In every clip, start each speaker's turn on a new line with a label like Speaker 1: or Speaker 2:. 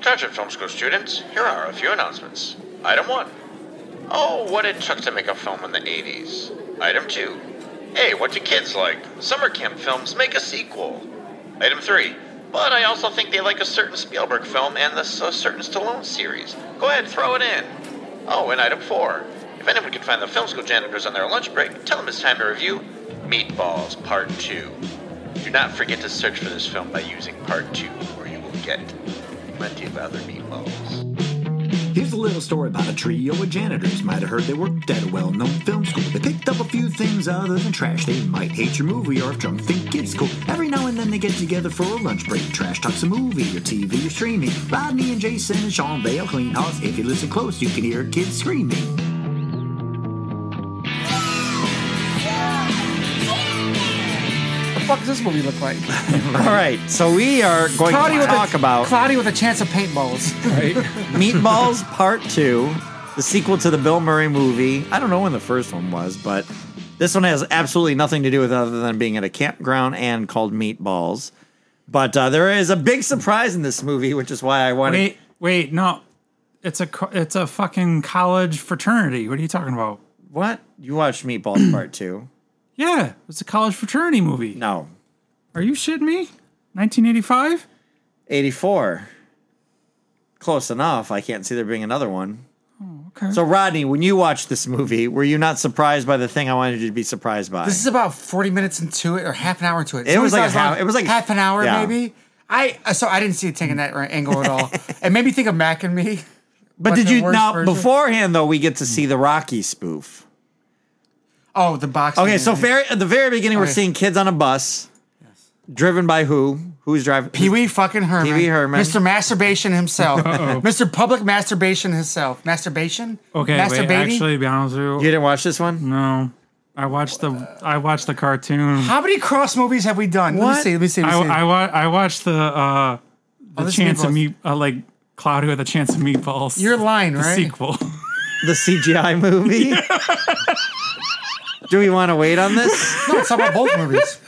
Speaker 1: Attention, film school students. Here are a few announcements. Item 1. Oh, what it took to make a film in the 80s. Item 2. Hey, what do kids like? Summer camp films make a sequel. Item 3. But I also think they like a certain Spielberg film and the s- a certain Stallone series. Go ahead, throw it in. Oh, and item 4. If anyone can find the film school janitors on their lunch break, tell them it's time to review Meatballs Part 2. Do not forget to search for this film by using Part 2, or you will get plenty of other meatballs.
Speaker 2: Here's a little story about a trio of janitors. Might have heard they worked at a well known film school. They picked up a few things other than trash. They might hate your movie or if drunk think it's cool. Every now and then they get together for a lunch break. Trash talks a movie or TV or streaming. Rodney and Jason and Sean, they'll clean house. If you listen close, you can hear kids screaming.
Speaker 3: The fuck does this movie look like?
Speaker 4: All right, so we are going to talk
Speaker 3: a,
Speaker 4: about
Speaker 3: Cloudy with a chance of paintballs.
Speaker 4: Meatballs Part Two, the sequel to the Bill Murray movie. I don't know when the first one was, but this one has absolutely nothing to do with it other than being at a campground and called Meatballs. But uh, there is a big surprise in this movie, which is why I wanted.
Speaker 5: Wait, wait, no. It's a co- it's a fucking college fraternity. What are you talking about?
Speaker 4: What you watched Meatballs Part Two?
Speaker 5: Yeah, it's a college fraternity movie.
Speaker 4: No,
Speaker 5: Are you shitting me? 1985?
Speaker 4: eighty four. Close enough. I can't see there being another one.
Speaker 3: Oh,
Speaker 5: okay.
Speaker 4: So Rodney, when you watched this movie, were you not surprised by the thing I wanted you to be surprised by?
Speaker 3: This is about forty minutes into it, or half an hour into it.
Speaker 4: It was like a
Speaker 3: Sometimes
Speaker 4: half- it was like-
Speaker 3: half an hour,
Speaker 4: yeah.
Speaker 3: maybe. I uh, so I didn't see it taking that right angle at all. it made me think of Mac and Me.
Speaker 4: But
Speaker 3: But
Speaker 4: did
Speaker 3: the
Speaker 4: you
Speaker 3: worst
Speaker 4: now
Speaker 3: version?
Speaker 4: beforehand though we get to see the Rocky spoof?
Speaker 3: Oh, the box.
Speaker 4: Okay, so very at the very beginning we're
Speaker 3: Okay.
Speaker 4: seening kids on a bus, driven by who? Who's driving?
Speaker 3: Pee Wee fucking Herman.
Speaker 4: Pee Wee Herman.
Speaker 3: Mr. Masturbation himself. Mr. Public Masturbation himself. Masturbation.
Speaker 5: Okay, wait,
Speaker 3: Masturbating.
Speaker 5: actually, to be honest with
Speaker 4: You
Speaker 5: you,
Speaker 4: didn't watch this one?
Speaker 5: no. I watched the I watched the cartoon.
Speaker 3: How many cross movies have we done? Let
Speaker 4: What?
Speaker 3: me see. Let me see. Let
Speaker 5: I,
Speaker 3: me see. Oh,
Speaker 5: I, wa- I watched the uh, the
Speaker 3: this is
Speaker 5: chance of
Speaker 3: Meatballs.
Speaker 5: meat uh, like Cloudy with a chance of meatballs.
Speaker 3: You're lying,
Speaker 5: the
Speaker 3: right? Oh,
Speaker 5: Sequel.
Speaker 4: The CGI movie. Do we want to wait on this?
Speaker 3: No, it's about both movies.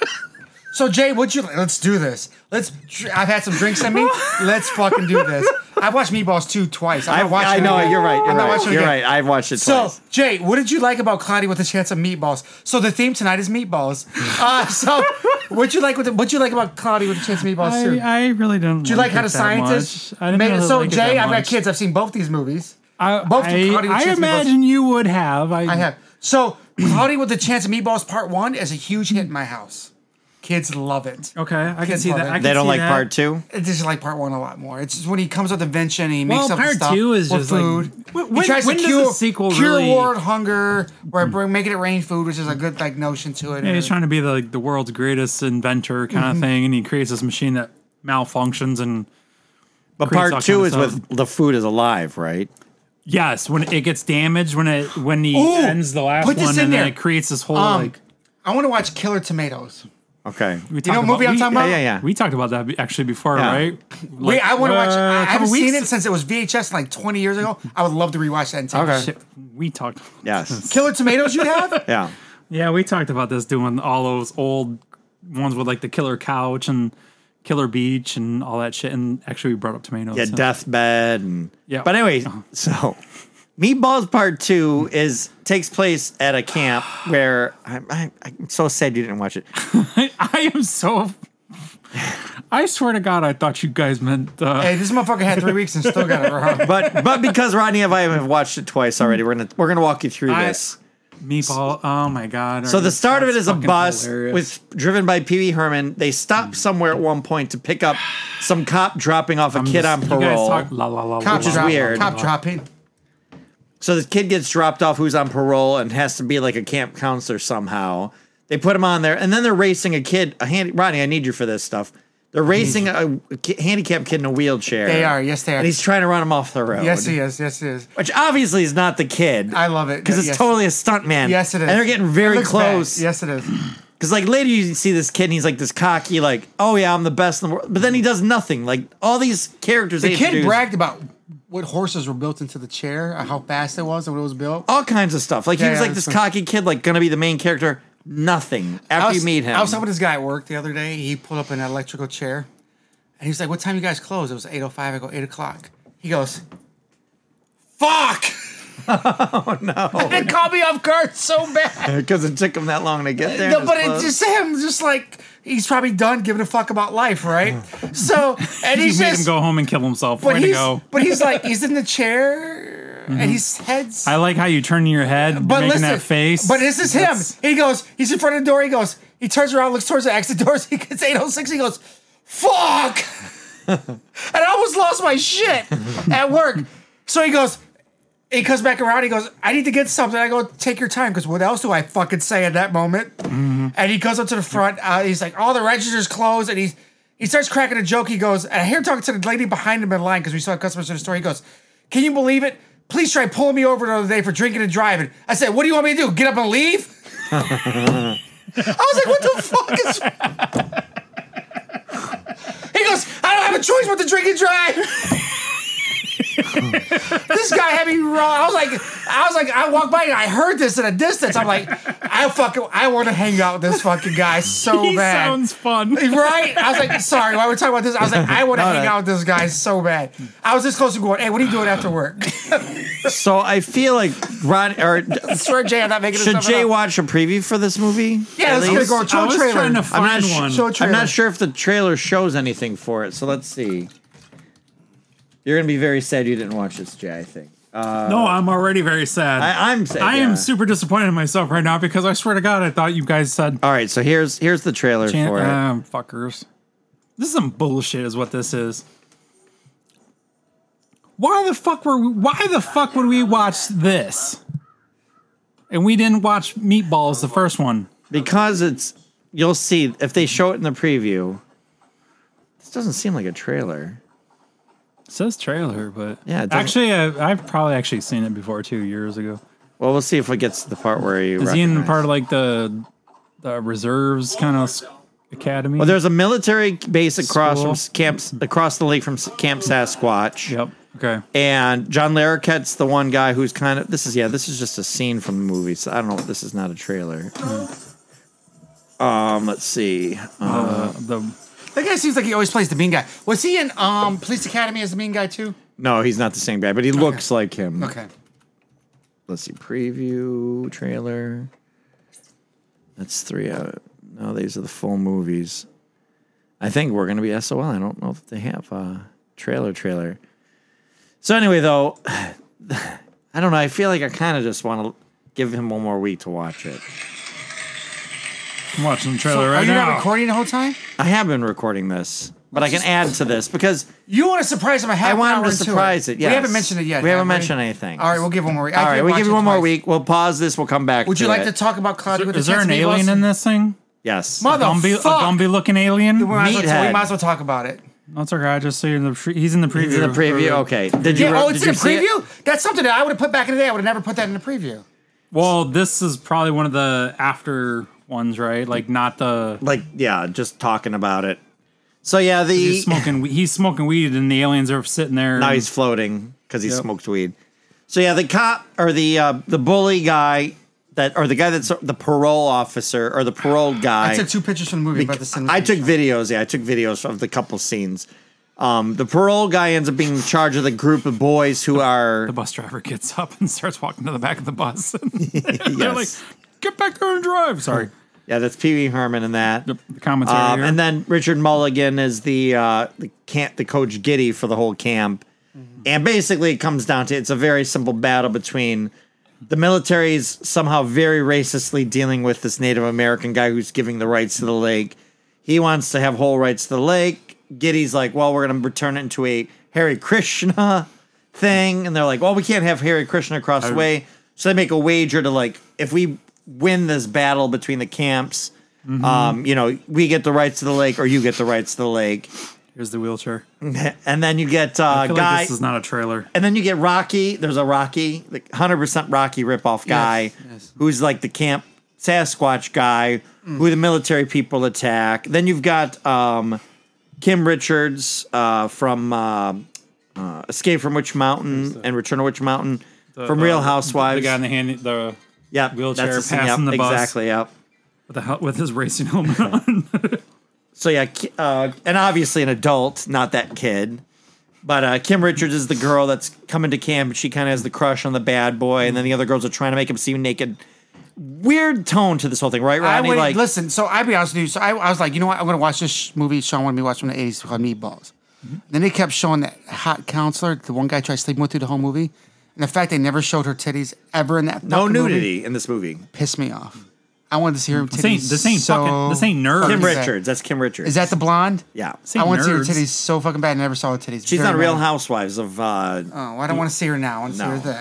Speaker 3: So Jay, would you? Let's do this. Let's. I've had some drinks in me. Let's fucking do this. I watched Meatballs two twice. I'm
Speaker 4: I,
Speaker 3: not watching.
Speaker 4: I
Speaker 3: it
Speaker 4: know
Speaker 3: again.
Speaker 4: you're right. You're
Speaker 3: I'm not
Speaker 4: right.
Speaker 3: watching it
Speaker 4: You're
Speaker 3: again.
Speaker 4: right. I've watched it
Speaker 3: So
Speaker 4: twice.
Speaker 3: Jay, what did you like about Cloudy with a Chance of Meatballs? So the theme tonight is meatballs. Uh, so what you like with the, what you like about Cloudy with a Chance of Meatballs too?
Speaker 5: I, I really didn't.
Speaker 3: do you like how the
Speaker 5: it that
Speaker 3: scientist
Speaker 5: much. I didn't
Speaker 3: made it?
Speaker 5: really
Speaker 3: So
Speaker 5: like it
Speaker 3: Jay,
Speaker 5: that
Speaker 3: I've got
Speaker 5: much.
Speaker 3: kids. I've seen both these movies.
Speaker 5: I,
Speaker 3: Both
Speaker 5: I,
Speaker 3: Cloudy with a
Speaker 5: I
Speaker 3: Chance of Meatballs.
Speaker 5: imagine you would have. I,
Speaker 3: I have. So, Cloudy with the Chance of Meatballs Part One is a huge hit in my house. Kids love it.
Speaker 5: Okay, I can
Speaker 3: Kids
Speaker 5: see
Speaker 3: love
Speaker 5: that.
Speaker 3: it.
Speaker 5: I can
Speaker 4: they don't
Speaker 5: see
Speaker 4: like
Speaker 5: that.
Speaker 4: part two.
Speaker 3: This is like Part One a lot more. It's just when he comes with invention and he makes
Speaker 5: Well,
Speaker 3: up the
Speaker 5: part
Speaker 3: stuff
Speaker 5: two is
Speaker 3: with
Speaker 5: just like-
Speaker 3: food.
Speaker 5: When-
Speaker 3: he
Speaker 5: when-
Speaker 3: tries
Speaker 5: when
Speaker 3: to
Speaker 5: does
Speaker 3: cure,
Speaker 5: the sequel
Speaker 3: cure
Speaker 5: really- Hmm.
Speaker 3: world hunger by bring, making it rain food, which is a good like notion to it.
Speaker 5: Yeah, he's
Speaker 3: And-
Speaker 5: trying to be the like, the world's greatest inventor kind
Speaker 3: Mm-hmm.
Speaker 5: of thing, and he creates this machine that malfunctions. And
Speaker 4: But
Speaker 5: Creates all
Speaker 4: part two
Speaker 5: kinda
Speaker 4: is
Speaker 5: stuff.
Speaker 4: with the food is alive, right?
Speaker 5: yes, when it gets damaged, when it when he
Speaker 3: Ooh,
Speaker 5: ends the last
Speaker 3: put this
Speaker 5: one,
Speaker 3: in
Speaker 5: and then
Speaker 3: there.
Speaker 5: it creates this whole
Speaker 3: Um,
Speaker 5: like.
Speaker 3: I want to watch Killer Tomatoes.
Speaker 4: Okay.
Speaker 3: You
Speaker 5: We
Speaker 3: know
Speaker 5: talked
Speaker 3: what movie
Speaker 5: about,
Speaker 3: I'm talking
Speaker 4: Yeah,
Speaker 3: about?
Speaker 4: yeah, yeah.
Speaker 5: we, we talked about that be- actually before,
Speaker 4: Yeah.
Speaker 5: right?
Speaker 3: Wait, I want to watch.
Speaker 5: uh,
Speaker 3: I, I
Speaker 5: couple
Speaker 3: haven't seen
Speaker 5: weeks-
Speaker 3: it since it was VHS like 20 years ago. I would love to rewatch that. And take
Speaker 4: Okay.
Speaker 3: shit.
Speaker 5: Shit, we talked.
Speaker 4: Yes.
Speaker 3: Killer Tomatoes, you have?
Speaker 4: Yeah.
Speaker 5: Yeah, we talked about this doing all those old ones with like the killer couch and killer beach and all that shit. And actually, we brought up tomatoes.
Speaker 4: yeah,
Speaker 5: so-
Speaker 4: deathbed and
Speaker 5: Yeah. Uh-huh.
Speaker 4: But anyway, so Meatballs Part Two is takes place at a camp where I'm, I, I'm so sad you didn't watch it.
Speaker 5: I am so. I swear to God, I thought you guys meant. Uh,
Speaker 3: Hey, this motherfucker had three weeks and still got it wrong.
Speaker 4: But but because Rodney and I have watched it twice already, we're gonna we're gonna walk you through
Speaker 5: I-
Speaker 4: this.
Speaker 5: Meatball. Oh my god.
Speaker 4: So the start of it
Speaker 5: That's
Speaker 4: is a
Speaker 5: fucking
Speaker 4: bus
Speaker 5: hilarious. Mm.
Speaker 4: with driven by Pee Wee Herman. They stop somewhere at one point to pick up some cop dropping off a kid
Speaker 5: Just-
Speaker 4: on
Speaker 5: you guys
Speaker 4: parole.
Speaker 5: talk- la, la, la, la,
Speaker 3: Cop
Speaker 4: Which is
Speaker 3: drop-
Speaker 5: la, la,
Speaker 4: weird.
Speaker 5: la,
Speaker 3: Cop
Speaker 5: la.
Speaker 3: dropping.
Speaker 4: So this kid gets dropped off who's on parole and has to be like a camp counselor somehow. They put him on there, and then they're racing a kid. A hand, Rodney, I need you for this stuff. They're racing a, a ki- handicapped kid in a wheelchair.
Speaker 3: They are, yes, they are.
Speaker 4: And he's trying to run him off the road.
Speaker 3: Yes, he is. Yes, he is.
Speaker 4: Which obviously is not the kid.
Speaker 3: I love it.
Speaker 4: because it's
Speaker 3: Yes.
Speaker 4: totally a stuntman.
Speaker 3: Yes, it is.
Speaker 4: And they're getting
Speaker 3: It
Speaker 4: very
Speaker 3: looks bad.
Speaker 4: close.
Speaker 3: Yes, it is.
Speaker 4: Because like later you see this kid and he's like this cocky, like, oh yeah, I'm the best in the world. But then he does nothing. Like all these characters,
Speaker 3: The
Speaker 4: they
Speaker 3: kid
Speaker 4: introduce,
Speaker 3: bragged about what horses were built into the chair, uh, how fast it was, and what it was built.
Speaker 4: all kinds of stuff. Like he
Speaker 3: Yeah,
Speaker 4: was
Speaker 3: yeah,
Speaker 4: like this
Speaker 3: that's fun.
Speaker 4: cocky kid, like gonna be the main character. Nothing after
Speaker 3: I was,
Speaker 4: you meet him.
Speaker 3: I was talking with this guy at work the other day. He pulled up an electrical chair, And he's like, "What time you guys close?" It was eight oh five. I go eight o'clock. He goes, "Fuck!" oh no! It caught me off guard so bad.
Speaker 4: Because it took them that long to get there.
Speaker 3: No,
Speaker 4: and
Speaker 3: but
Speaker 4: closed?
Speaker 3: it's just him, just like he's probably done giving a fuck about life, right? So, and
Speaker 5: You
Speaker 3: he's
Speaker 5: made
Speaker 3: just,
Speaker 5: him go home and kill himself.
Speaker 3: but
Speaker 5: Way to
Speaker 3: he's,
Speaker 5: go.
Speaker 3: but he's like, he's in the chair, and his head's
Speaker 5: I like how you turn your head,
Speaker 3: but
Speaker 5: making
Speaker 3: listen,
Speaker 5: that face.
Speaker 3: But this is him.
Speaker 5: That's-
Speaker 3: He goes, he's in front of the door. He goes, he turns around, looks towards the exit doors. He gets 806. He goes, fuck. and I almost lost my shit at work. So he goes, he comes back around. He goes, I need to get something. I go, take your time. Because what else do I fucking say at that moment? And he goes up to the front. Uh, he's like, all the registers closed. And he's, he starts cracking a joke. He goes, and I hear him talking to the lady behind him in line because we saw customers in the store. He goes, Can you believe it? Please try pulling me over the other day for drinking and driving. I said, What do you want me to do? Get up and leave? I was like, What the fuck is. he goes, I don't have a choice but to drink and drive. this guy had me wrong. I was like, I was like, I walked by and I heard this in a distance. I'm like, I fucking, I want to hang out with this fucking guy so
Speaker 5: he
Speaker 3: bad.
Speaker 5: sounds fun.
Speaker 3: Right? I was like, sorry, why we're talking about this? I was like, I want to hang out with this guy so bad. I was this close to going, hey, what are you doing after work?
Speaker 4: so I feel like Rod or
Speaker 3: Swear, Jay, I'm not making
Speaker 4: should
Speaker 3: this
Speaker 4: Jay
Speaker 3: up.
Speaker 4: watch a preview for this movie?
Speaker 3: Yeah,
Speaker 4: At
Speaker 3: let's get
Speaker 4: least?
Speaker 3: a go. Show
Speaker 5: I was
Speaker 3: trailer.
Speaker 5: trying to
Speaker 4: I'm not
Speaker 5: find
Speaker 4: sure.
Speaker 5: one.
Speaker 3: Show a trailer.
Speaker 4: I'm not sure if the trailer shows anything for it. So let's see. You're gonna be very sad you didn't watch this, Jay. I think.
Speaker 5: no, I'm already very sad.
Speaker 4: I, I'm sad.
Speaker 5: I
Speaker 4: yeah.
Speaker 5: am super disappointed in myself right now because I swear to God, I thought you guys said
Speaker 4: All right, so here's here's the trailer
Speaker 5: Chan-
Speaker 4: for it.
Speaker 3: uh,
Speaker 5: um, fuckers. This is some bullshit, is what this is. Why the fuck were we, why the fuck would we watch this? And we didn't watch Meatballs, the first one.
Speaker 4: because it's you'll see if they show it in the preview. This doesn't seem like a trailer.
Speaker 5: It says trailer, but
Speaker 4: Yeah, it doesn't-
Speaker 5: actually, I, I've probably actually seen it before two years ago.
Speaker 4: Well, we'll see if it gets to the part where you.
Speaker 5: Is he in
Speaker 4: recognize.
Speaker 5: part of like the the reserves kind of academy?
Speaker 4: Well, there's a military base across from
Speaker 5: School.
Speaker 4: camp across the lake from S- Camp Sasquatch,
Speaker 5: yep. Okay.
Speaker 4: and John Larroquette's the one guy who's kind of this is yeah this is just a scene from the movie. So I don't know. This is not a trailer.
Speaker 5: Mm.
Speaker 4: Um, let's see. Uh,
Speaker 5: Uh, the
Speaker 3: That guy seems like he always plays the mean guy. Was he in um Police Academy as the mean guy too?
Speaker 4: no, he's not the same guy, but he looks like him.
Speaker 3: Okay.
Speaker 4: let's see preview trailer that's three out no these are the full movies i think we're going to be sol i don't know if they have a trailer trailer so anyway though i don't know i feel like i kind of just want to give him one more week to watch it
Speaker 5: I'm watching the trailer
Speaker 3: Are
Speaker 5: right
Speaker 3: you not
Speaker 5: now.
Speaker 3: recording the whole time?
Speaker 4: i have been recording this but i can add to this because
Speaker 3: You want to surprise him a half
Speaker 4: I want
Speaker 3: an hour
Speaker 4: him to
Speaker 3: into
Speaker 4: surprise it.
Speaker 3: We
Speaker 4: yes.
Speaker 3: haven't mentioned it yet.
Speaker 4: We haven't
Speaker 3: have
Speaker 4: mentioned anything.
Speaker 3: All right, we'll give one more. week. I
Speaker 4: All right,
Speaker 3: can't
Speaker 4: we'll
Speaker 3: watch
Speaker 4: give
Speaker 3: it
Speaker 4: you one more
Speaker 3: twice.
Speaker 4: week. We'll pause this. We'll come back.
Speaker 3: Would you like
Speaker 4: it.
Speaker 3: to talk about Cloudy with
Speaker 5: Is
Speaker 3: the
Speaker 5: there an alien in this thing?
Speaker 4: Yes.
Speaker 5: Gumby, a
Speaker 3: Motherfucker.
Speaker 5: Gumby looking alien?
Speaker 3: We might as well- we
Speaker 4: Meathead.
Speaker 3: might as well talk about it.
Speaker 5: That's okay. I just see in the pre- he's in the preview.
Speaker 4: Is it a preview? Okay. Did you?
Speaker 3: Yeah, oh, it's in
Speaker 4: did
Speaker 3: a
Speaker 4: you see it?
Speaker 3: preview? That's something that I would have put back in the day. I would have never put that in the preview.
Speaker 5: Well, this is probably one of the after ones, right? Like not the
Speaker 4: like yeah, just talking about it. So yeah, the
Speaker 5: he's smoking. we- He's smoking weed, and the aliens are sitting there.
Speaker 4: now
Speaker 5: and-
Speaker 4: he's floating because he
Speaker 5: Yep.
Speaker 4: smoked weed. So yeah, the cop or the uh, the bully guy that or the guy that's the parole officer or the paroled guy.
Speaker 3: I took two pictures from the movie, but this
Speaker 4: I took videos. Yeah, I took videos of the couple scenes. Um, the parole guy ends up being in charge of the group of boys who are
Speaker 5: the bus driver gets up and starts walking to the back of the bus. They're
Speaker 4: yes.
Speaker 5: like, "Get back there and drive." Sorry,
Speaker 4: yeah, that's Pee Wee Herman and that.
Speaker 5: the, the commentary.
Speaker 4: Um,
Speaker 5: here.
Speaker 4: and then Richard Mulligan is the uh, the camp, the coach Giddy for the whole camp.
Speaker 5: Mm-hmm.
Speaker 4: And basically, it comes down to it's a very simple battle between the military is somehow very racistly dealing with this Native American guy who's giving the rights to the lake. He wants to have whole rights to the lake. Giddy's like, well, we're going to turn it into a Harry Krishna thing. And they're like, well, we can't have Harry Krishna across the way. So they make a wager to like, if we win this battle between the camps,
Speaker 5: Mm-hmm.
Speaker 4: um, you know, we get the rights to the lake or you get the rights to the lake.
Speaker 5: here's the wheelchair. I
Speaker 4: And then you get uh,
Speaker 5: feel
Speaker 4: guy.
Speaker 5: like this is not a trailer.
Speaker 4: And then you get Rocky. There's a Rocky, like 100% Rocky ripoff guy
Speaker 3: yes.
Speaker 4: who's like the camp Sasquatch guy
Speaker 5: Mm.
Speaker 4: who the military people attack. Then you've got um, Kim Richards uh, from uh, uh, Escape from Witch Mountain and Return to Witch Mountain from
Speaker 5: The-
Speaker 4: Real
Speaker 5: the-
Speaker 4: Housewives.
Speaker 5: The guy in the hand. The
Speaker 4: yep,
Speaker 5: wheelchair
Speaker 4: that's the scene,
Speaker 5: passing
Speaker 4: yep,
Speaker 5: the bus.
Speaker 4: Exactly, yep.
Speaker 5: with, the, hel- with his racing helmet on.
Speaker 4: So yeah, ki- uh, and obviously an adult, not that kid. But uh, Kim Richards is the girl that's coming to camp. She kind of has the crush on the bad boy, and then the other girls are trying to make him seem naked. Weird tone to this whole thing, right,
Speaker 3: I
Speaker 4: Ronnie?
Speaker 3: would
Speaker 4: like,
Speaker 3: listen. So I'd be honest with you. So I, I was like, you know what? I'm gonna watch this sh- movie Sean wanted me to watch from the '80s called Meatballs.
Speaker 5: Mm-hmm.
Speaker 3: Then they kept showing that hot counselor, the one guy tried sleeping with through the whole movie, and the fact they never showed her titties ever in that
Speaker 4: no
Speaker 3: fucking movie
Speaker 4: nudity in this movie.
Speaker 3: pissed me off. I wanted to see her titties.
Speaker 5: Mm-hmm. This ain't, this ain't
Speaker 3: so
Speaker 5: fucking. This ain't nerds.
Speaker 4: Kim
Speaker 3: is that?
Speaker 4: Richards. That's Kim Richards.
Speaker 3: Is that the blonde?
Speaker 4: yeah?
Speaker 5: ain't
Speaker 3: I want to see her
Speaker 5: nerds.
Speaker 3: titties so fucking bad. I never saw her titties.
Speaker 4: She's not
Speaker 3: Very
Speaker 4: Real
Speaker 3: bad.
Speaker 4: Housewives of uh,
Speaker 3: Oh, I don't want to see her now. I want to
Speaker 4: No.
Speaker 3: see her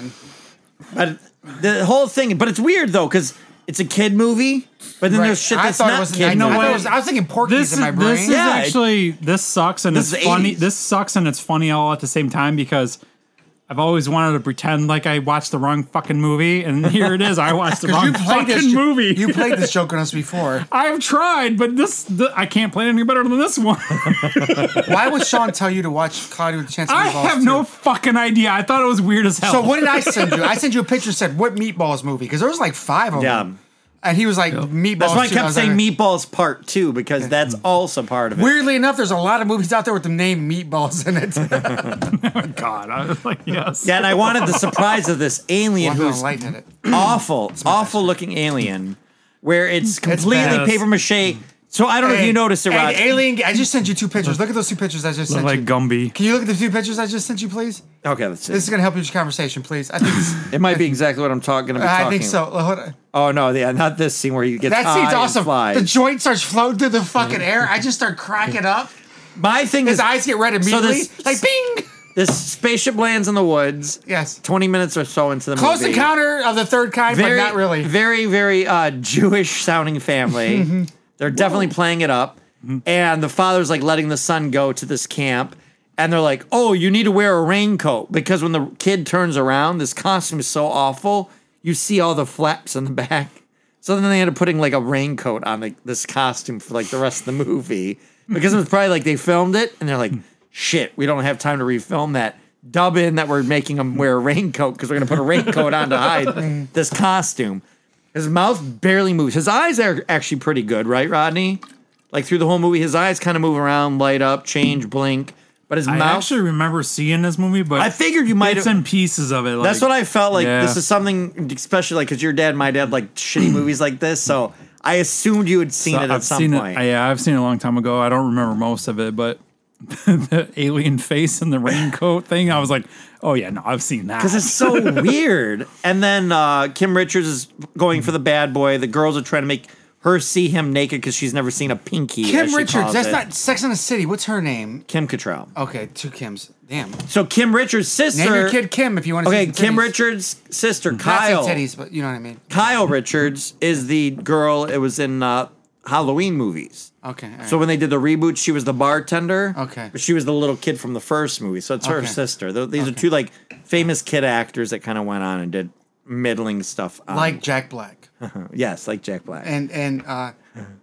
Speaker 3: then.
Speaker 4: But the whole thing, but it's weird though because it's a kid movie, but then
Speaker 3: Right.
Speaker 4: there's shit
Speaker 3: I
Speaker 4: that's
Speaker 3: thought it
Speaker 4: not
Speaker 3: was.
Speaker 4: kid.
Speaker 3: I,
Speaker 5: know
Speaker 4: movie.
Speaker 3: thought
Speaker 5: what?
Speaker 3: it was I was thinking Porky's
Speaker 5: This
Speaker 3: in my
Speaker 5: is,
Speaker 3: brain.
Speaker 5: this is
Speaker 4: Yeah, it-
Speaker 5: actually this sucks and
Speaker 4: This
Speaker 5: it's
Speaker 4: is
Speaker 5: funny.
Speaker 4: 80s.
Speaker 5: This sucks and it's funny all at the same time because I've always wanted to pretend like I watched the wrong fucking movie and here it is. I watched the
Speaker 3: 'Cause
Speaker 5: wrong fucking movie.
Speaker 3: You played this joke on us before.
Speaker 5: I've tried, but this the, I can't play it any better than this one.
Speaker 3: Why would Sean tell you to watch Cloudy with a Chance of
Speaker 5: I
Speaker 3: Meatballs
Speaker 5: have
Speaker 3: too?
Speaker 5: no fucking idea. I thought it was weird as hell.
Speaker 3: So what did I send you? I sent you a picture that said what meatballs movie because there was like five of
Speaker 4: Yeah.
Speaker 3: them. And he was like meatballs.
Speaker 4: That's why I
Speaker 3: too."
Speaker 4: kept
Speaker 3: was
Speaker 4: saying
Speaker 3: like-
Speaker 4: Meatballs Part Two because that's also part of it.
Speaker 3: Weirdly enough, there's a lot of movies out there with the name meatballs in it.
Speaker 5: God, I was like, yes.
Speaker 4: Yeah, and I wanted the surprise of this alien
Speaker 3: Walking on
Speaker 4: who's
Speaker 3: light in it.
Speaker 4: awful, awful looking alien, where it's completely
Speaker 5: bad.
Speaker 4: paper mache. So I don't know if you noticed it,
Speaker 3: Hey,
Speaker 4: Rod.
Speaker 3: Alien. I just sent you two pictures. Look at those two pictures I just
Speaker 5: Look
Speaker 3: sent
Speaker 5: like
Speaker 3: you.
Speaker 5: Gumby.
Speaker 3: Can you look at the two pictures I just sent you, please?
Speaker 4: Okay, let's see.
Speaker 3: This is gonna help your conversation, please. I think. This,
Speaker 4: it might be exactly what I'm talking. Gonna be talking.
Speaker 3: I think so. Hold on.
Speaker 4: Oh no, yeah, not this scene where you get
Speaker 3: That seems awesome. The
Speaker 4: Flies.
Speaker 3: joint starts floating through the fucking air. I just start cracking up.
Speaker 4: My thing
Speaker 3: His
Speaker 4: is,
Speaker 3: eyes get red
Speaker 4: So
Speaker 3: immediately.
Speaker 4: this-
Speaker 3: like bing.
Speaker 4: this spaceship lands in the woods.
Speaker 3: Yes.
Speaker 4: 20 minutes or so into the
Speaker 3: Close
Speaker 4: movie.
Speaker 3: encounter of the third kind,
Speaker 4: Very,
Speaker 3: but not really.
Speaker 4: Very, very uh, Jewish sounding family. they're definitely playing it up. And the father's like letting the son go to this camp. And they're like, oh, you need to wear a raincoat because when the kid turns around, this costume is so awful. You see all the flaps in the back. So then they ended up putting like a raincoat on like, this costume for like the rest of the movie because it was probably like they filmed it and they're like, shit, we don't have time to refilm that. Dub in that we're making him wear a raincoat because we're gonna put a raincoat on to hide this costume. His mouth barely moves. His eyes are actually pretty good, right, Rodney? Like through the whole movie, his eyes kind of move around, light up, change, blink, but his
Speaker 5: I
Speaker 4: mouth.
Speaker 5: actually remember seeing this movie, but
Speaker 4: I figured you might
Speaker 5: it's
Speaker 4: have-
Speaker 5: in pieces of it. Like,
Speaker 4: That's what I felt like.
Speaker 5: Yeah.
Speaker 4: This is something, especially like because your dad, and my dad, like shitty movies like this. So I assumed you had seen
Speaker 5: So
Speaker 4: it at
Speaker 5: I've
Speaker 4: some
Speaker 5: seen
Speaker 4: point.
Speaker 5: It, yeah, I've seen it a long time ago. I don't remember most of it, but the alien face and the raincoat thing, I was like, oh yeah, no, I've seen that.
Speaker 4: because it's so weird. And then uh, Kim Richards is going for the bad boy. The girls are trying to make her see him naked because she's never seen a pinky. as
Speaker 3: Kim
Speaker 4: she
Speaker 3: Richards.
Speaker 4: calls
Speaker 3: That's
Speaker 4: it.
Speaker 3: not Sex in the City. What's her name?
Speaker 4: Kim Cattrall.
Speaker 3: Okay, two Kims. Damn.
Speaker 4: So Kim Richards' sister.
Speaker 3: Name your kid Kim if you want to.
Speaker 4: Okay,
Speaker 3: see some
Speaker 4: Kim
Speaker 3: titties.
Speaker 4: Richards' sister
Speaker 3: Not say
Speaker 4: Kyle.
Speaker 3: titties, but you know what I mean.
Speaker 4: Kyle Richards is the girl. It was in uh, Halloween movies.
Speaker 3: Okay. all right.
Speaker 4: So when they did the reboot, she was the bartender.
Speaker 3: Okay.
Speaker 4: But she was the little kid from the first movie. So it's her
Speaker 3: Okay.
Speaker 4: sister. Th- These are two like famous kid actors that kind of went on and did middling stuff. On,
Speaker 3: like Jack Black
Speaker 4: yes, like Jack Black
Speaker 3: and and uh,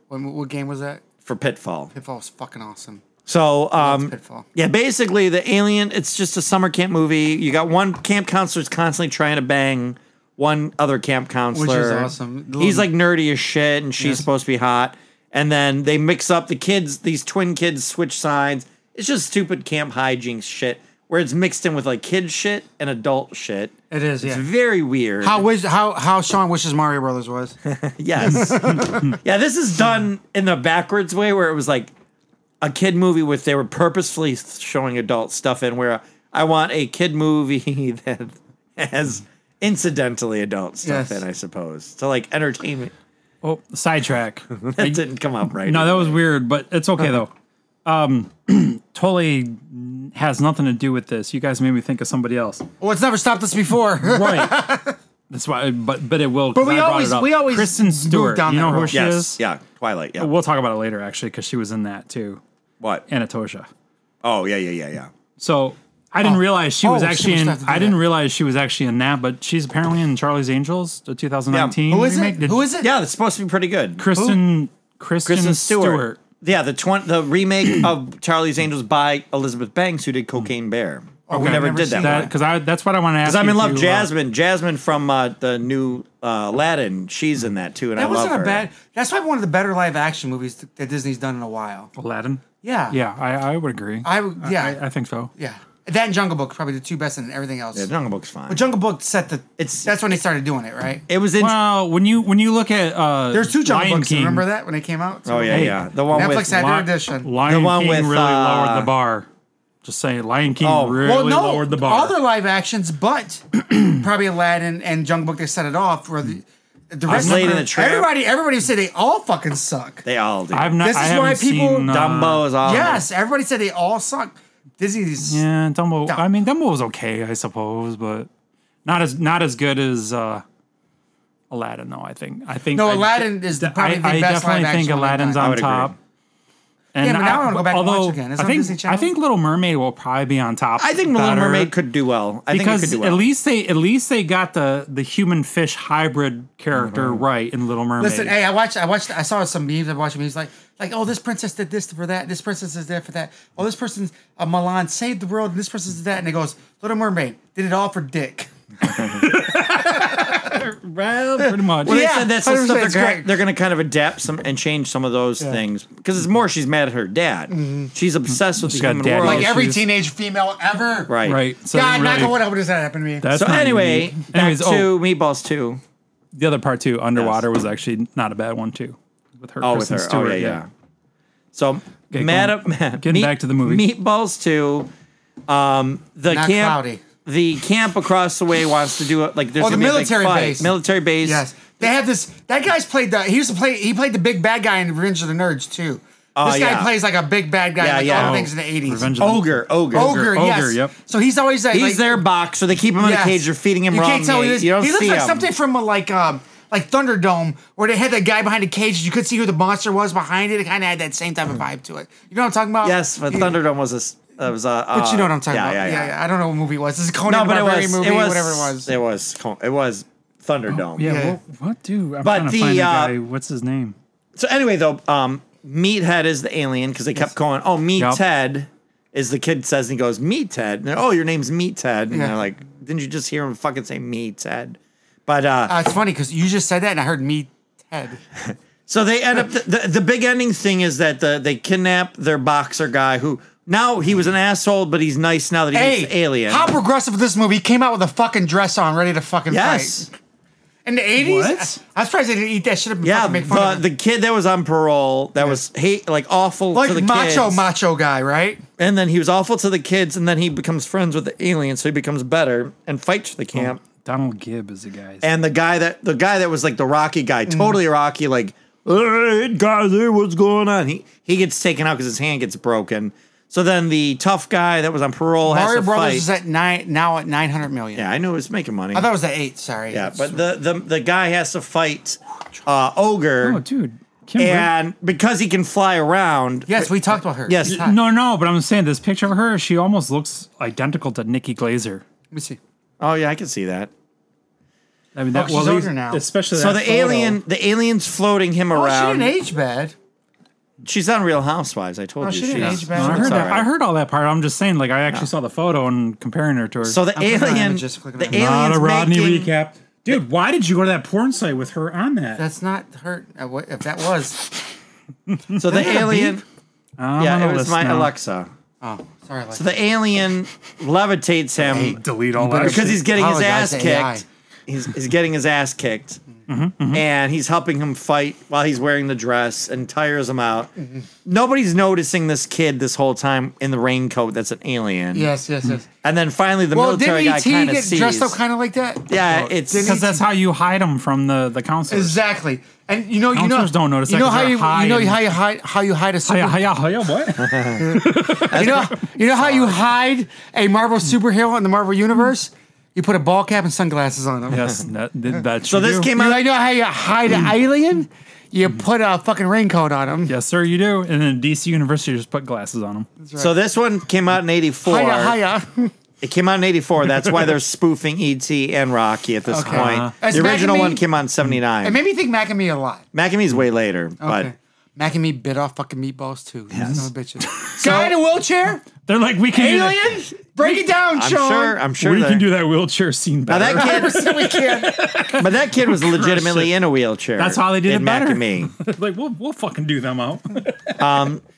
Speaker 3: when, what game was that?
Speaker 4: for Pitfall.
Speaker 3: Pitfall was fucking awesome.
Speaker 4: So um
Speaker 3: Pitfall.
Speaker 4: yeah, basically the alien it's just a summer camp movie. You got one camp counselor's constantly trying to bang one other camp counselor.
Speaker 3: awesome. The
Speaker 4: He's like
Speaker 3: little-
Speaker 4: nerdy as shit and she's
Speaker 3: Yes.
Speaker 4: supposed to be hot. And then they mix up the kids, these twin kids switch sides. It's just stupid camp hijinks shit where it's mixed in with like kid shit and adult shit.
Speaker 3: It is.
Speaker 4: It's
Speaker 3: Yeah.
Speaker 4: very weird.
Speaker 3: how wish how how Sean wishes Mario Brothers was.
Speaker 4: Yes. yeah, this is done in the backwards way where it was like a kid movie with they were purposefully showing adult stuff in where I want a kid movie that has incidentally adult stuff
Speaker 3: Yes.
Speaker 4: in, I suppose. So like entertainment.
Speaker 5: oh, sidetrack.
Speaker 4: That didn't come up right.
Speaker 5: no, that was weird, but it's okay though. Um, totally has nothing to do with this. You guys made me think of somebody else.
Speaker 3: Well, it's never stopped us before.
Speaker 5: Right. That's why, but but it will. 'cause
Speaker 3: But we
Speaker 5: I brought
Speaker 3: always-
Speaker 5: it up.
Speaker 3: we always
Speaker 5: Kristen
Speaker 3: move
Speaker 5: Stewart.
Speaker 3: down
Speaker 5: you
Speaker 3: that
Speaker 5: know who
Speaker 3: road.
Speaker 5: she
Speaker 4: Yes.
Speaker 5: is.
Speaker 4: Yeah. Twilight. Yeah.
Speaker 5: We'll talk about it later, actually, because she was in that too,
Speaker 4: what?
Speaker 5: Anatosha.
Speaker 4: Oh yeah yeah yeah yeah.
Speaker 5: So I didn't realize she was
Speaker 3: Oh, she
Speaker 5: actually
Speaker 3: must
Speaker 5: in.
Speaker 3: have to do
Speaker 5: I didn't
Speaker 3: that.
Speaker 5: realize she was actually in that, but she's apparently in Charlie's Angels, the 2019.
Speaker 3: Who is it?
Speaker 5: remake. Did-
Speaker 3: Who is it?
Speaker 4: Yeah, that's supposed to be pretty good.
Speaker 5: Kristen Kristen,
Speaker 4: Kristen
Speaker 5: Stewart.
Speaker 4: Stewart. Yeah, the twen- the remake of Charlie's Angels by Elizabeth Banks, who did Cocaine Bear. Or we never,
Speaker 3: never
Speaker 4: did
Speaker 3: seen
Speaker 4: that.
Speaker 5: That
Speaker 4: one.
Speaker 5: because I that's what I want to ask.
Speaker 4: Because I'm
Speaker 5: you
Speaker 4: in
Speaker 5: if
Speaker 4: love,
Speaker 5: you, uh,
Speaker 4: Jasmine. Jasmine from uh, the new uh, Aladdin. She's in that too, and I
Speaker 3: That
Speaker 4: love
Speaker 3: wasn't
Speaker 4: her.
Speaker 3: a bad. That's probably one of the better live action movies th- that Disney's done in a while.
Speaker 5: Aladdin.
Speaker 3: Yeah.
Speaker 5: Yeah, I, I would agree.
Speaker 3: I would- yeah.
Speaker 5: I, I think so.
Speaker 3: Yeah. That and Jungle Book probably the two best, and everything else.
Speaker 4: Yeah, Jungle Book's fine.
Speaker 3: But Jungle Book set the.
Speaker 4: It's-
Speaker 3: It's that's when they started doing it, right?
Speaker 4: it was in.
Speaker 5: Well, when you when you look at uh,
Speaker 3: There's two Jungle
Speaker 5: Lion
Speaker 3: Books.
Speaker 5: King.
Speaker 3: Remember that when they came out?
Speaker 4: oh yeah,
Speaker 5: hey,
Speaker 4: yeah. The one with
Speaker 3: Netflix had-
Speaker 5: Li-
Speaker 3: edition.
Speaker 5: Lion
Speaker 4: The one
Speaker 5: King
Speaker 4: with,
Speaker 5: really
Speaker 4: uh,
Speaker 5: lowered the bar. Just saying, Lion King
Speaker 4: Oh.
Speaker 5: really
Speaker 3: well, no,
Speaker 5: lowered the bar.
Speaker 3: all their live actions, but probably Aladdin and Jungle Book. They set it off where the the rest
Speaker 4: Lady
Speaker 3: of
Speaker 4: and the Tramp.
Speaker 3: everybody everybody said they all fucking suck.
Speaker 4: they all do.
Speaker 5: I've not.
Speaker 3: This
Speaker 5: I
Speaker 3: is why
Speaker 5: haven't
Speaker 3: people-
Speaker 5: Seen, uh,
Speaker 4: Dumbo is all.
Speaker 3: yes, everybody said they all suck. Disney's
Speaker 5: Yeah, Dumbo.
Speaker 3: Dumb.
Speaker 5: I mean, Dumbo was okay, I suppose, but not as not as good as uh, Aladdin, though. I think. I think.
Speaker 3: No,
Speaker 5: I,
Speaker 3: Aladdin is
Speaker 5: I,
Speaker 3: probably the
Speaker 5: I
Speaker 3: best
Speaker 5: definitely
Speaker 3: live
Speaker 5: think
Speaker 3: action of all
Speaker 5: Aladdin's
Speaker 3: time.
Speaker 4: I
Speaker 5: on
Speaker 4: would agree.
Speaker 5: top. And
Speaker 3: Yeah, but now I wanna go back and watch
Speaker 5: although,
Speaker 3: again. It's
Speaker 5: I
Speaker 3: on
Speaker 5: think
Speaker 3: Disney Channel.
Speaker 5: I think Little Mermaid will probably be on top.
Speaker 4: I think Little
Speaker 5: better
Speaker 4: Mermaid could do well. I think it could
Speaker 5: because
Speaker 4: do well.
Speaker 5: at least they at least they got the the human fish hybrid character right in Little Mermaid.
Speaker 3: Listen, hey, I watched, I watched, I saw some memes. I watched memes like, like, oh, this princess did this for that. This princess is there for that. Oh, this person's a Milan saved the world. And this person did that. And it goes, Little Mermaid did it all for Dick.
Speaker 5: well, pretty much.
Speaker 4: Well, they
Speaker 3: Yeah,
Speaker 4: said that's the
Speaker 3: 100%
Speaker 4: stuff
Speaker 3: it's
Speaker 4: they're, gonna,
Speaker 3: great.
Speaker 4: they're going to kind of adapt some and change some of those things because it's more she's mad at her dad. She's obsessed with
Speaker 5: Mm-hmm. She's
Speaker 4: the
Speaker 5: got
Speaker 4: human
Speaker 5: daddy
Speaker 4: world.
Speaker 3: Like every
Speaker 5: Oh, she's-
Speaker 3: teenage female ever.
Speaker 4: right,
Speaker 5: right. So
Speaker 3: God,
Speaker 5: they
Speaker 3: not
Speaker 5: really-
Speaker 3: gonna what happened does that happen to me?
Speaker 5: That's
Speaker 4: So
Speaker 5: not
Speaker 4: anyway,
Speaker 5: unique.
Speaker 4: back
Speaker 5: anyways,
Speaker 4: to
Speaker 5: oh,
Speaker 4: Meatballs two.
Speaker 5: the other part too, Underwater was actually not a bad one too, with her.
Speaker 4: Oh,
Speaker 5: Kristen
Speaker 4: with her.
Speaker 5: Stewart,
Speaker 4: oh, yeah, yeah. So,
Speaker 5: Okay,
Speaker 4: Madam,
Speaker 5: going- getting back to the movie.
Speaker 4: Meatballs two. Um, the
Speaker 3: Not
Speaker 4: camp,
Speaker 3: cloudy.
Speaker 4: the camp across the way wants to do it. Like there's
Speaker 3: Oh, the
Speaker 4: gonna be a big
Speaker 3: military
Speaker 4: fight.
Speaker 3: base.
Speaker 4: military base.
Speaker 3: Yes, they have this. That guy's played the. He used to play. He played the big bad guy in Revenge of the Nerds too.
Speaker 5: Ah,
Speaker 4: Oh,
Speaker 3: this guy
Speaker 4: yeah.
Speaker 3: plays like a big bad guy.
Speaker 4: Yeah,
Speaker 3: Yeah, like
Speaker 4: yeah.
Speaker 3: All
Speaker 4: Oh,
Speaker 3: the things in the eighties.
Speaker 5: Revenge of the-
Speaker 4: Ogre, ogre,
Speaker 3: Ogre,
Speaker 5: Ogre,
Speaker 3: yes.
Speaker 5: yep.
Speaker 3: So he's always like
Speaker 4: He's
Speaker 3: like,
Speaker 4: their box, so they keep him in
Speaker 3: Yes.
Speaker 4: a cage. They're feeding him
Speaker 3: you
Speaker 4: raw
Speaker 3: can't tell
Speaker 4: meat.
Speaker 3: He, is.
Speaker 4: you don't
Speaker 3: he looks
Speaker 4: see
Speaker 3: like
Speaker 4: him.
Speaker 3: something from a, like um like Thunderdome where they had that guy behind the cage. You could see who the monster was behind it. It kind of had that same type of vibe to it. You know what I'm talking about?
Speaker 4: Hmm. Yes, but
Speaker 3: He-
Speaker 4: Thunderdome was a. s- That was a.
Speaker 3: But you know what I'm talking
Speaker 4: yeah,
Speaker 3: about?
Speaker 4: Yeah, yeah,
Speaker 3: I don't know what movie it was. This is Conan
Speaker 4: No,
Speaker 3: the
Speaker 4: but it
Speaker 3: Barbarian
Speaker 4: was,
Speaker 3: movie,
Speaker 4: it was.
Speaker 3: whatever it was.
Speaker 4: It was. co- It was Thunderdome.
Speaker 5: Yeah,
Speaker 3: Yeah.
Speaker 5: What, what dude? I'm
Speaker 4: But
Speaker 5: trying to
Speaker 4: the,
Speaker 5: find the
Speaker 4: uh,
Speaker 5: guy. What's his name?
Speaker 4: So anyway, though, um, Meathead is the alien because they kept calling. Oh, Meathead is the kid says and he goes Meathead. And they're, oh, your name's Meathead, and
Speaker 3: Yeah.
Speaker 4: they're like, didn't you just hear him fucking say Meathead? But uh,
Speaker 3: Uh, it's funny because you just said that and I heard me Ted.
Speaker 4: So they end up the, the, the big ending thing is that the, they kidnap their boxer guy who now he was an asshole, but he's nice now that he's
Speaker 3: Hey,
Speaker 4: an alien.
Speaker 3: how progressive this movie He came out with a fucking dress on, ready to fucking
Speaker 4: yes.
Speaker 3: fight. In the eighties,
Speaker 5: What?
Speaker 3: I, am surprised they didn't eat that shit up and
Speaker 4: Yeah,
Speaker 3: fucking make fun
Speaker 4: the,
Speaker 3: of
Speaker 4: the
Speaker 3: it.
Speaker 4: kid that was on parole that was hate like awful to the
Speaker 3: like macho
Speaker 4: kids,
Speaker 3: macho guy, right?
Speaker 4: and then he was awful to the kids, and then he becomes friends with the alien, so he becomes better and fights for the camp.
Speaker 5: Donald Gibb is the guy.
Speaker 4: Oh. And the guy that the guy that was like the Rocky guy, totally Rocky, like hey, guys, hey, what's going on? He he gets taken out because his hand gets broken. So then the tough guy that was on parole has
Speaker 3: Mario
Speaker 4: to
Speaker 3: Brothers
Speaker 4: fight.
Speaker 3: is at nine now at nine hundred million.
Speaker 4: Yeah, I knew it was making money.
Speaker 3: I thought it was at eight. Sorry.
Speaker 4: yeah, but the, the the guy has to fight uh, ogre,
Speaker 5: oh, dude. Kim
Speaker 4: and because he can fly around.
Speaker 3: yes, we talked about her.
Speaker 4: Yes.
Speaker 3: Hi.
Speaker 5: Ri- no, no, but I'm saying this picture of her, she almost looks identical to Nikki Glazer.
Speaker 3: Let me see.
Speaker 4: Oh yeah, I can see that.
Speaker 5: I
Speaker 4: Oh,
Speaker 5: mean, that
Speaker 3: she's
Speaker 5: well, at least-
Speaker 3: older now.
Speaker 5: especially
Speaker 4: So
Speaker 5: that
Speaker 4: the
Speaker 5: photo.
Speaker 4: alien, the alien's floating him
Speaker 3: Oh, she
Speaker 4: around.
Speaker 3: didn't age bad.
Speaker 4: She's on Real Housewives. I told
Speaker 3: Oh,
Speaker 4: you.
Speaker 3: she didn't age bad.
Speaker 5: No, I
Speaker 3: It's
Speaker 5: heard that.
Speaker 4: alright.
Speaker 5: I heard all that part. I'm just saying, like, I actually saw the photo and comparing her to her.
Speaker 4: So the
Speaker 3: I'm looking at
Speaker 4: alien,
Speaker 3: it, just looking
Speaker 4: the
Speaker 3: at it.
Speaker 5: not
Speaker 4: alien's
Speaker 5: a Rodney
Speaker 4: making,
Speaker 5: recap, dude. Why did you go to that porn site with her on that?
Speaker 3: That's not her. uh, what- If that was,
Speaker 4: So the
Speaker 3: that a
Speaker 4: alien,
Speaker 5: I'm on
Speaker 4: yeah,
Speaker 5: a
Speaker 4: it was
Speaker 5: list
Speaker 4: my
Speaker 5: now.
Speaker 4: Alexa.
Speaker 3: oh, sorry. Like,
Speaker 4: So the alien levitates him
Speaker 5: Delete all that.
Speaker 4: because he's getting his
Speaker 3: Apologize
Speaker 4: ass
Speaker 3: to AI.
Speaker 4: kicked. He's, he's getting his ass kicked,
Speaker 5: Mm-hmm,
Speaker 4: and he's helping him fight while he's wearing the dress and tires him out.
Speaker 3: Mm-hmm.
Speaker 4: Nobody's noticing this kid this whole time in the raincoat. That's an alien.
Speaker 3: yes, yes, yes.
Speaker 4: And then finally, the
Speaker 3: Well,
Speaker 4: Mm. military
Speaker 3: didn't
Speaker 4: guy
Speaker 3: ET
Speaker 4: kind of
Speaker 3: get
Speaker 4: sees.
Speaker 3: dressed up kind of like that? E
Speaker 4: yeah, it's
Speaker 5: because that's how you hide him from the the counselor.
Speaker 3: Exactly. And you know, you know,
Speaker 5: Counselors don't notice
Speaker 3: You
Speaker 5: that
Speaker 3: know
Speaker 5: 'cause
Speaker 3: how
Speaker 5: they're
Speaker 3: you,
Speaker 5: high
Speaker 3: you know
Speaker 5: and-
Speaker 3: how you hide how you hide a super,
Speaker 5: Hiya, hiya, hiya, what?
Speaker 3: you know you know how you hide a Marvel superhero in the Marvel universe. You put a ball cap and sunglasses on them.
Speaker 5: yes, that, that
Speaker 4: so. This
Speaker 5: do.
Speaker 4: came
Speaker 3: You
Speaker 4: out.
Speaker 3: know, you know how you hide
Speaker 5: Mm.
Speaker 3: an alien? You
Speaker 5: Mm-hmm.
Speaker 3: put a fucking raincoat on them.
Speaker 5: Yes, sir, you do. And then DC University just put glasses on him.
Speaker 4: So this one came out in '84.
Speaker 3: Hiya, hiya.
Speaker 4: It came out in '84. That's why they're spoofing ET and Rocky at this
Speaker 3: Okay.
Speaker 4: point.
Speaker 3: Uh-huh. As
Speaker 4: the original
Speaker 3: Maggie-
Speaker 4: one came out in
Speaker 3: It
Speaker 4: '79.
Speaker 3: made me think Mac and me a lot.
Speaker 4: McAmee's way later, but
Speaker 3: Okay. Mac and me bit off fucking meatballs too. Yes. No bitches. Guy in a wheelchair?
Speaker 5: They're like, we can do that.
Speaker 3: Alien? Break it down,
Speaker 4: I'm
Speaker 3: Sean.
Speaker 4: sure. I'm sure.
Speaker 5: we
Speaker 4: that-
Speaker 5: can do that wheelchair scene
Speaker 4: Now
Speaker 5: better.
Speaker 4: that kid,
Speaker 3: 100% we can.
Speaker 4: but that kid was legitimately
Speaker 5: it.
Speaker 4: in a wheelchair.
Speaker 5: Oh, That's how they did
Speaker 4: in
Speaker 5: it better.
Speaker 4: Macamee.
Speaker 5: like we'll we'll fucking do them out.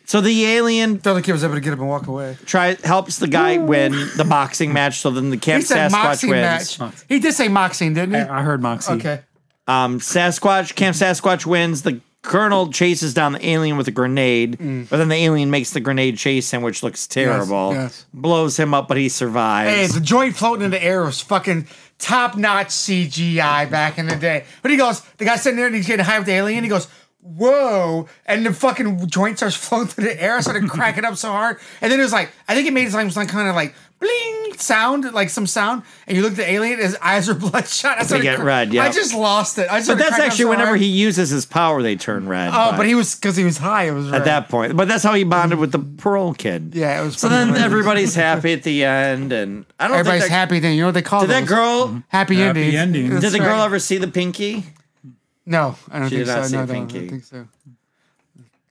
Speaker 4: So the alien
Speaker 3: The other kid was able to get up and walk away.
Speaker 4: try helps the guy win the boxing match. So then the
Speaker 3: He
Speaker 4: camp
Speaker 3: said
Speaker 4: Sasquatch
Speaker 3: moxie
Speaker 4: wins.
Speaker 3: match. He did say moxie, didn't he?
Speaker 5: I heard Moxie.
Speaker 3: Okay.
Speaker 4: Um, Sasquatch, Camp Sasquatch wins. The colonel chases down the alien with a grenade,
Speaker 3: Mm.
Speaker 4: but then the alien makes the grenade chase him, which looks terrible.
Speaker 3: yes.
Speaker 4: Blows him up, but he
Speaker 3: Hey,
Speaker 4: survives.
Speaker 3: the joint floating in the air was fucking top notch CGI back in the day. But he goes, the guy's sitting there and he's getting high with the alien. He goes, whoa. And the fucking joint starts floating through the air. I started cracking up so hard. And then it was like, I think it made some kind of like bling sound, like some sound. And you look at the alien, his eyes are bloodshot. I started
Speaker 4: get red, yeah.
Speaker 3: I just lost it. I
Speaker 4: but
Speaker 3: started
Speaker 4: that's
Speaker 3: cracking up
Speaker 4: actually
Speaker 3: so
Speaker 4: whenever
Speaker 3: hard.
Speaker 4: he uses his power, they turn red.
Speaker 3: Oh, but he was, because he was high, it was red.
Speaker 4: at that point. But that's how he bonded with the Pearl kid.
Speaker 3: Yeah, it was
Speaker 4: So
Speaker 3: fucking
Speaker 4: then
Speaker 3: crazy.
Speaker 4: everybody's happy at the end, and I don't
Speaker 3: Everybody's
Speaker 4: think that,
Speaker 3: happy then. You know what they call
Speaker 4: Did that
Speaker 3: those?
Speaker 4: girl?
Speaker 3: Happy,
Speaker 5: Happy
Speaker 3: endings.
Speaker 5: endings.
Speaker 3: That's
Speaker 4: Did the
Speaker 3: right.
Speaker 4: girl ever see the pinky?
Speaker 3: No, I don't
Speaker 4: She
Speaker 3: think
Speaker 4: did not
Speaker 3: so.
Speaker 4: see
Speaker 3: No, I don't, I
Speaker 4: Pinky.
Speaker 3: don't think so.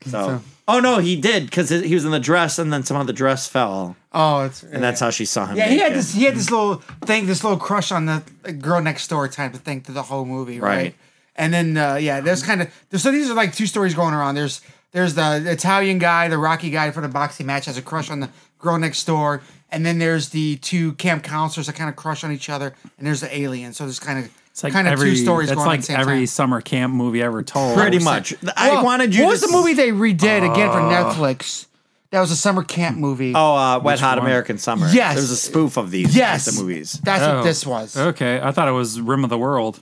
Speaker 4: So. Oh no, he did because he was in the dress, and then somehow the dress fell,
Speaker 3: Oh, it's
Speaker 4: and that's how she saw him.
Speaker 3: Yeah, he had
Speaker 4: naked.
Speaker 3: this. He had this little thing, this little crush on the uh, girl next door type of thing through the whole movie, right?
Speaker 4: Right.
Speaker 3: And then uh, yeah, there's kind of so these are like two stories going around. There's there's the Italian guy, the Rocky guy for the boxing match has a crush on the girl next door, and then there's the two camp counselors that kind of crush on each other, and there's the alien. So there's kind of
Speaker 5: It's like
Speaker 3: kind of
Speaker 5: every,
Speaker 3: two stories
Speaker 5: That's
Speaker 3: going
Speaker 5: like
Speaker 3: on at the same
Speaker 5: every
Speaker 3: time. Oh,
Speaker 5: summer camp movie ever told.
Speaker 4: Pretty much. I
Speaker 3: Well,
Speaker 4: wanted you.
Speaker 3: What
Speaker 4: to
Speaker 3: was the
Speaker 4: s-
Speaker 3: movie they redid again for Netflix? That was a summer camp movie.
Speaker 4: Oh, uh, Wet Hot
Speaker 5: one?
Speaker 4: American Summer.
Speaker 3: Yes.
Speaker 4: there was a spoof of these.
Speaker 3: yes,
Speaker 4: the movies.
Speaker 3: That's
Speaker 5: Oh.
Speaker 3: what this was.
Speaker 5: Okay, I thought it was Rim of the World.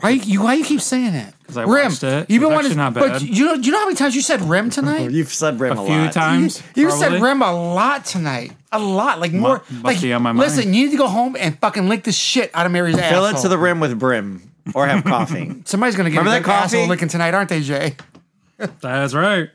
Speaker 3: Why you why you keep saying that? Because
Speaker 5: I watched it.
Speaker 3: You've been
Speaker 5: It's
Speaker 3: wanting,
Speaker 5: actually not
Speaker 3: but
Speaker 5: bad.
Speaker 3: you know, do you know how many times you said rim tonight?
Speaker 4: You've said Rim a,
Speaker 5: A few
Speaker 4: lot.
Speaker 5: times.
Speaker 3: You said
Speaker 5: probably.
Speaker 3: rim a lot tonight, a lot, like more.
Speaker 5: must
Speaker 3: like,
Speaker 5: be on my
Speaker 3: listen,
Speaker 5: mind.
Speaker 3: you need to go home and fucking lick the shit out of Mary's ass.
Speaker 4: Fill it to the rim with brim, or have coffee.
Speaker 3: Somebody's gonna get
Speaker 4: Remember
Speaker 3: a
Speaker 4: that
Speaker 3: good asshole
Speaker 4: coffee?
Speaker 3: licking tonight, aren't they, Jay?
Speaker 5: That's right.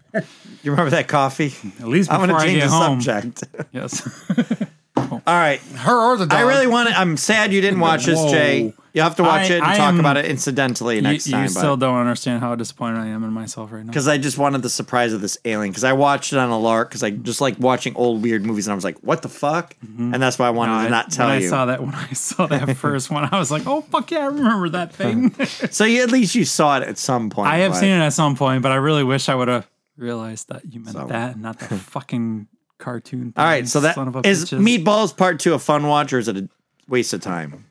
Speaker 4: You remember that coffee?
Speaker 5: At least
Speaker 4: I'm
Speaker 5: before
Speaker 4: going to
Speaker 5: I
Speaker 4: change
Speaker 5: get
Speaker 4: the
Speaker 5: home.
Speaker 4: subject.
Speaker 5: Yes.
Speaker 4: All right.
Speaker 3: Her or the dog?
Speaker 4: I really want to. I'm sad you didn't watch this,
Speaker 5: Whoa.
Speaker 4: Jay. You have to watch
Speaker 5: I-
Speaker 4: it and
Speaker 5: I
Speaker 4: talk
Speaker 5: am-
Speaker 4: about it incidentally next
Speaker 5: you,
Speaker 4: time.
Speaker 5: you still don't understand how disappointed I am in myself right now.
Speaker 4: because I just wanted the surprise of this alien. Because I watched it on a lark. Because I just like watching old weird movies, and I was like, "What the fuck?" And that's why I wanted
Speaker 5: Mm-hmm. I-
Speaker 4: to not tell
Speaker 5: when
Speaker 4: you.
Speaker 5: I saw that when I saw that first one, I was like, "Oh fuck yeah, I remember that thing."
Speaker 4: So you, at least you saw it at some point.
Speaker 5: I have
Speaker 4: but-
Speaker 5: seen it at some point, but I really wish I would have realized that you meant
Speaker 4: So-
Speaker 5: that and not the fucking cartoon. Thing,
Speaker 4: All right, so that
Speaker 5: son of a
Speaker 4: is
Speaker 5: bitches.
Speaker 4: Meatballs Part Two a fun watch, or is it a waste of time?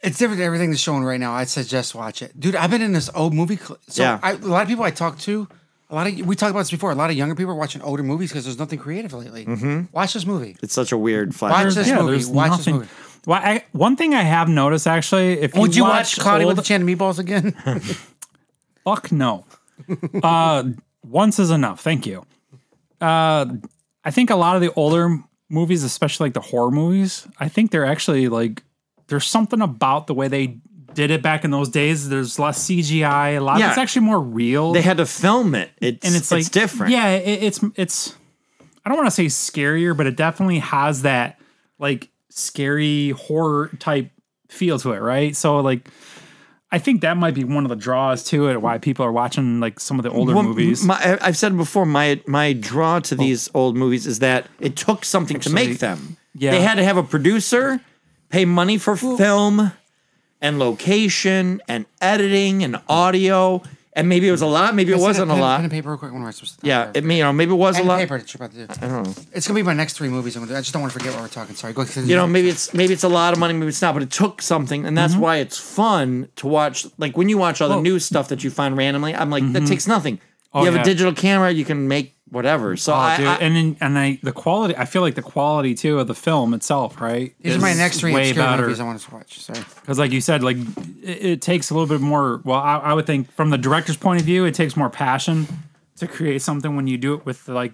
Speaker 3: It's different than everything that's showing right now. I'd suggest watch it, dude. I've been in this old movie. Cl- so
Speaker 4: Yeah.
Speaker 3: I, a lot of people I talk to, a lot of we talked about this before. A lot of younger people are watching older movies because there's nothing creative lately.
Speaker 4: Mm-hmm.
Speaker 3: Watch this movie.
Speaker 4: It's such a weird
Speaker 3: Watch
Speaker 4: flash.
Speaker 3: this
Speaker 5: Yeah,
Speaker 3: movie.
Speaker 5: there's
Speaker 3: Watch this
Speaker 5: nothing.
Speaker 3: movie.
Speaker 5: Well, I, one thing I have noticed actually, if
Speaker 3: Would you watch, Cloudy
Speaker 5: old,
Speaker 3: with a Chance of Meatballs again?
Speaker 5: Fuck no. uh, once is enough. Thank you. Uh, I think a lot of the older movies, especially like the horror movies, I think they're actually like there's something about the way they did it back in those days. There's less CGI. A lot
Speaker 4: Yeah.
Speaker 5: of it's actually more real.
Speaker 4: They had to film it. It's
Speaker 5: and it's like
Speaker 4: different.
Speaker 5: Yeah, it, it's it's. I don't want to say scarier, but it definitely has that like scary horror type feel to it, right? So like, I think that might be one of the draws to it, why people are watching like some of the older
Speaker 4: Well,
Speaker 5: movies.
Speaker 4: My, I- I've said before, my my draw to these old movies is that it took something to make them.
Speaker 5: yeah.
Speaker 4: They had to have a producer, pay money for film and location and editing and audio. And maybe it was a lot, maybe it wasn't a
Speaker 3: pen, Pen
Speaker 4: lot.
Speaker 3: and paper, real quick. When we're supposed to
Speaker 4: Yeah, it, you know, maybe it was a
Speaker 3: pen and
Speaker 4: lot.
Speaker 3: paper. That you're about to do. It's gonna be my next three movies. I'm gonna do. I just don't want to forget what we're talking. Sorry. Go ahead.
Speaker 4: you know maybe it's maybe it's a lot of money maybe it's not but it took something and that's why it's fun to watch like when you watch all the new stuff that you find randomly i'm like that takes nothing you have a
Speaker 5: yeah.
Speaker 4: digital camera you can make whatever so
Speaker 5: Oh,
Speaker 4: I,
Speaker 5: dude.
Speaker 4: I-
Speaker 5: and then, and I the quality. I feel like the quality too of the film itself, right?
Speaker 3: These are my next three
Speaker 5: way
Speaker 3: obscure
Speaker 5: better
Speaker 3: movies I want us to watch. Sorry.
Speaker 5: because, like you said, like it, it takes a little bit more. Well, I, I would think from the director's point of view, it takes more passion to create something when you do it with like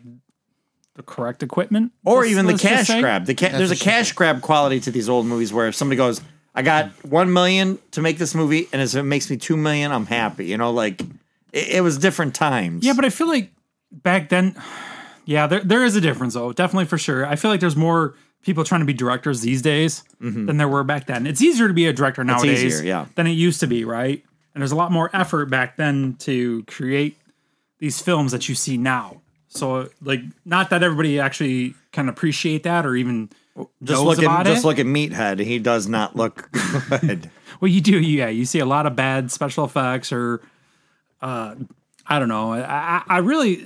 Speaker 5: the correct equipment,
Speaker 4: or
Speaker 5: let's-
Speaker 4: even the
Speaker 5: let's just
Speaker 4: cash
Speaker 5: say.
Speaker 4: grab the ca- there's a
Speaker 3: what she
Speaker 4: cash grab quality to these old movies where if somebody goes i got 1 million to make this movie and if it makes me 2 million i'm happy you know like it, it was different times
Speaker 5: Yeah, but I feel like back then, yeah, there, there is a difference though, definitely for sure. I feel like there's more people trying to be directors these days than there were back then. It's easier to be a director nowadays
Speaker 4: Mm-hmm. easier, yeah.
Speaker 5: than it used to be, right? And there's a lot more effort back then to create these films that you see now. So, like, not that everybody actually can appreciate that or even
Speaker 4: Just
Speaker 5: knows
Speaker 4: look at
Speaker 5: about
Speaker 4: just
Speaker 5: it.
Speaker 4: look at Meathead. He does not look good.
Speaker 5: Well, you do, yeah. You see a lot of bad special effects, or uh, I don't know. I, I, I really,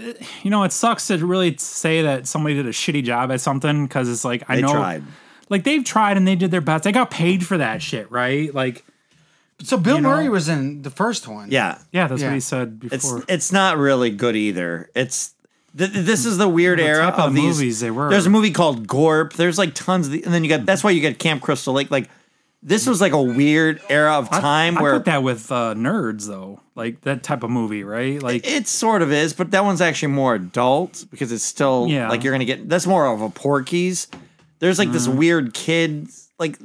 Speaker 5: you know, it sucks to really say that somebody did a shitty job at something because it's like I
Speaker 4: They
Speaker 5: know,
Speaker 4: tried.
Speaker 5: like they've tried and they did their best. They got paid for that shit, right? Like,
Speaker 3: So Bill
Speaker 5: know?
Speaker 3: Murray was in the first one.
Speaker 4: yeah,
Speaker 5: yeah, that's
Speaker 3: Yeah.
Speaker 5: what he said before.
Speaker 4: it's it's not really good either. It's th- th- this is the weird era
Speaker 5: type
Speaker 4: of,
Speaker 5: of
Speaker 4: these
Speaker 5: movies they were.
Speaker 4: There's a movie called Gorp. There's like tons, of the, and then you got that's why you got Camp Crystal Lake. Like this was like a weird era of time
Speaker 5: I,
Speaker 4: where
Speaker 5: I put that with uh, nerds though, like that type of movie, right? Like,
Speaker 4: it sort of is, but that one's actually more adult because it's still
Speaker 5: Yeah.
Speaker 4: like you're gonna get that's more of a Porky's. There's like this
Speaker 5: Mm-hmm.
Speaker 4: weird kid, like it,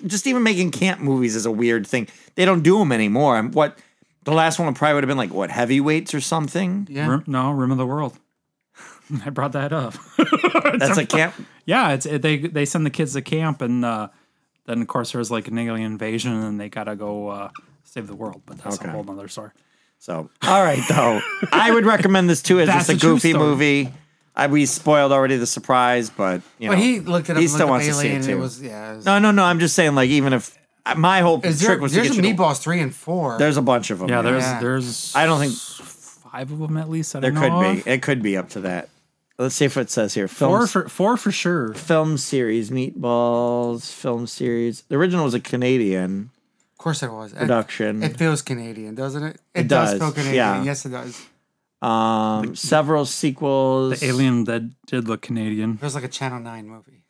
Speaker 4: it- just even making camp movies is a weird thing. They don't do them anymore. I'm, what the last one probably would have been like what heavyweights or something.
Speaker 3: Yeah.
Speaker 5: Rim- no, Rim of the World. I brought that up.
Speaker 4: That's a camp.
Speaker 5: Yeah, it's it, they they send the kids to camp, and uh, then of course there's like an alien invasion, and they gotta go uh, save the world. But that's
Speaker 4: Okay.
Speaker 5: a whole nother story.
Speaker 4: So all right though, I would recommend this too as
Speaker 5: That's
Speaker 4: just a,
Speaker 5: a true
Speaker 4: goofy
Speaker 5: story.
Speaker 4: movie. I, we spoiled already the surprise, but you know
Speaker 3: But he looked it up.
Speaker 4: He
Speaker 3: and
Speaker 4: still
Speaker 3: looked
Speaker 4: wants
Speaker 3: up
Speaker 4: to see
Speaker 3: Alien
Speaker 4: it
Speaker 3: and
Speaker 4: too.
Speaker 3: It was, yeah. it was-
Speaker 4: no, no, no. I'm just saying, like even if my whole
Speaker 3: Is there,
Speaker 4: trick was to
Speaker 3: there's
Speaker 4: get
Speaker 3: a
Speaker 4: you to-
Speaker 3: Meatballs three and four.
Speaker 4: There's a bunch of them.
Speaker 5: Yeah, there's
Speaker 3: Yeah.
Speaker 5: there's
Speaker 4: I don't think
Speaker 5: five of them at least. I
Speaker 4: there
Speaker 5: don't
Speaker 4: could
Speaker 5: know
Speaker 4: be.
Speaker 5: of.
Speaker 4: It could be up to that. Let's see if it says here. Film,
Speaker 5: four for four for sure.
Speaker 4: film series, Meatballs, film series. The original was a Canadian
Speaker 3: of course it was. It-
Speaker 4: production.
Speaker 3: It, feels Canadian, doesn't it? It,
Speaker 4: does,
Speaker 3: feel Canadian.
Speaker 4: yeah.
Speaker 3: Yes, it does.
Speaker 4: um, several sequels.
Speaker 5: The alien that did look Canadian.
Speaker 3: It was like a Channel Nine movie.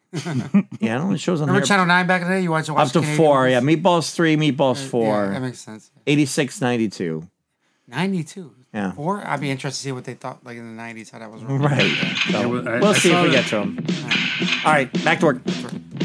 Speaker 4: Yeah, it only shows on
Speaker 3: Remember
Speaker 4: here.
Speaker 3: Channel Nine back in the day? You watch watch
Speaker 4: Up to
Speaker 3: Canadian
Speaker 4: four.
Speaker 3: movies?
Speaker 4: Yeah, Meatballs three, Meatballs
Speaker 3: Yeah, that
Speaker 4: four,
Speaker 3: makes sense.
Speaker 4: eighty six, ninety two.
Speaker 3: Ninety two.
Speaker 4: Yeah.
Speaker 3: Four. I'd be interested to see what they thought like in the nineties how that was.
Speaker 4: Right. So,
Speaker 5: was- I-
Speaker 4: we'll
Speaker 5: I
Speaker 4: see if
Speaker 5: saw
Speaker 4: we get
Speaker 5: that-
Speaker 4: to them. All right, back to work.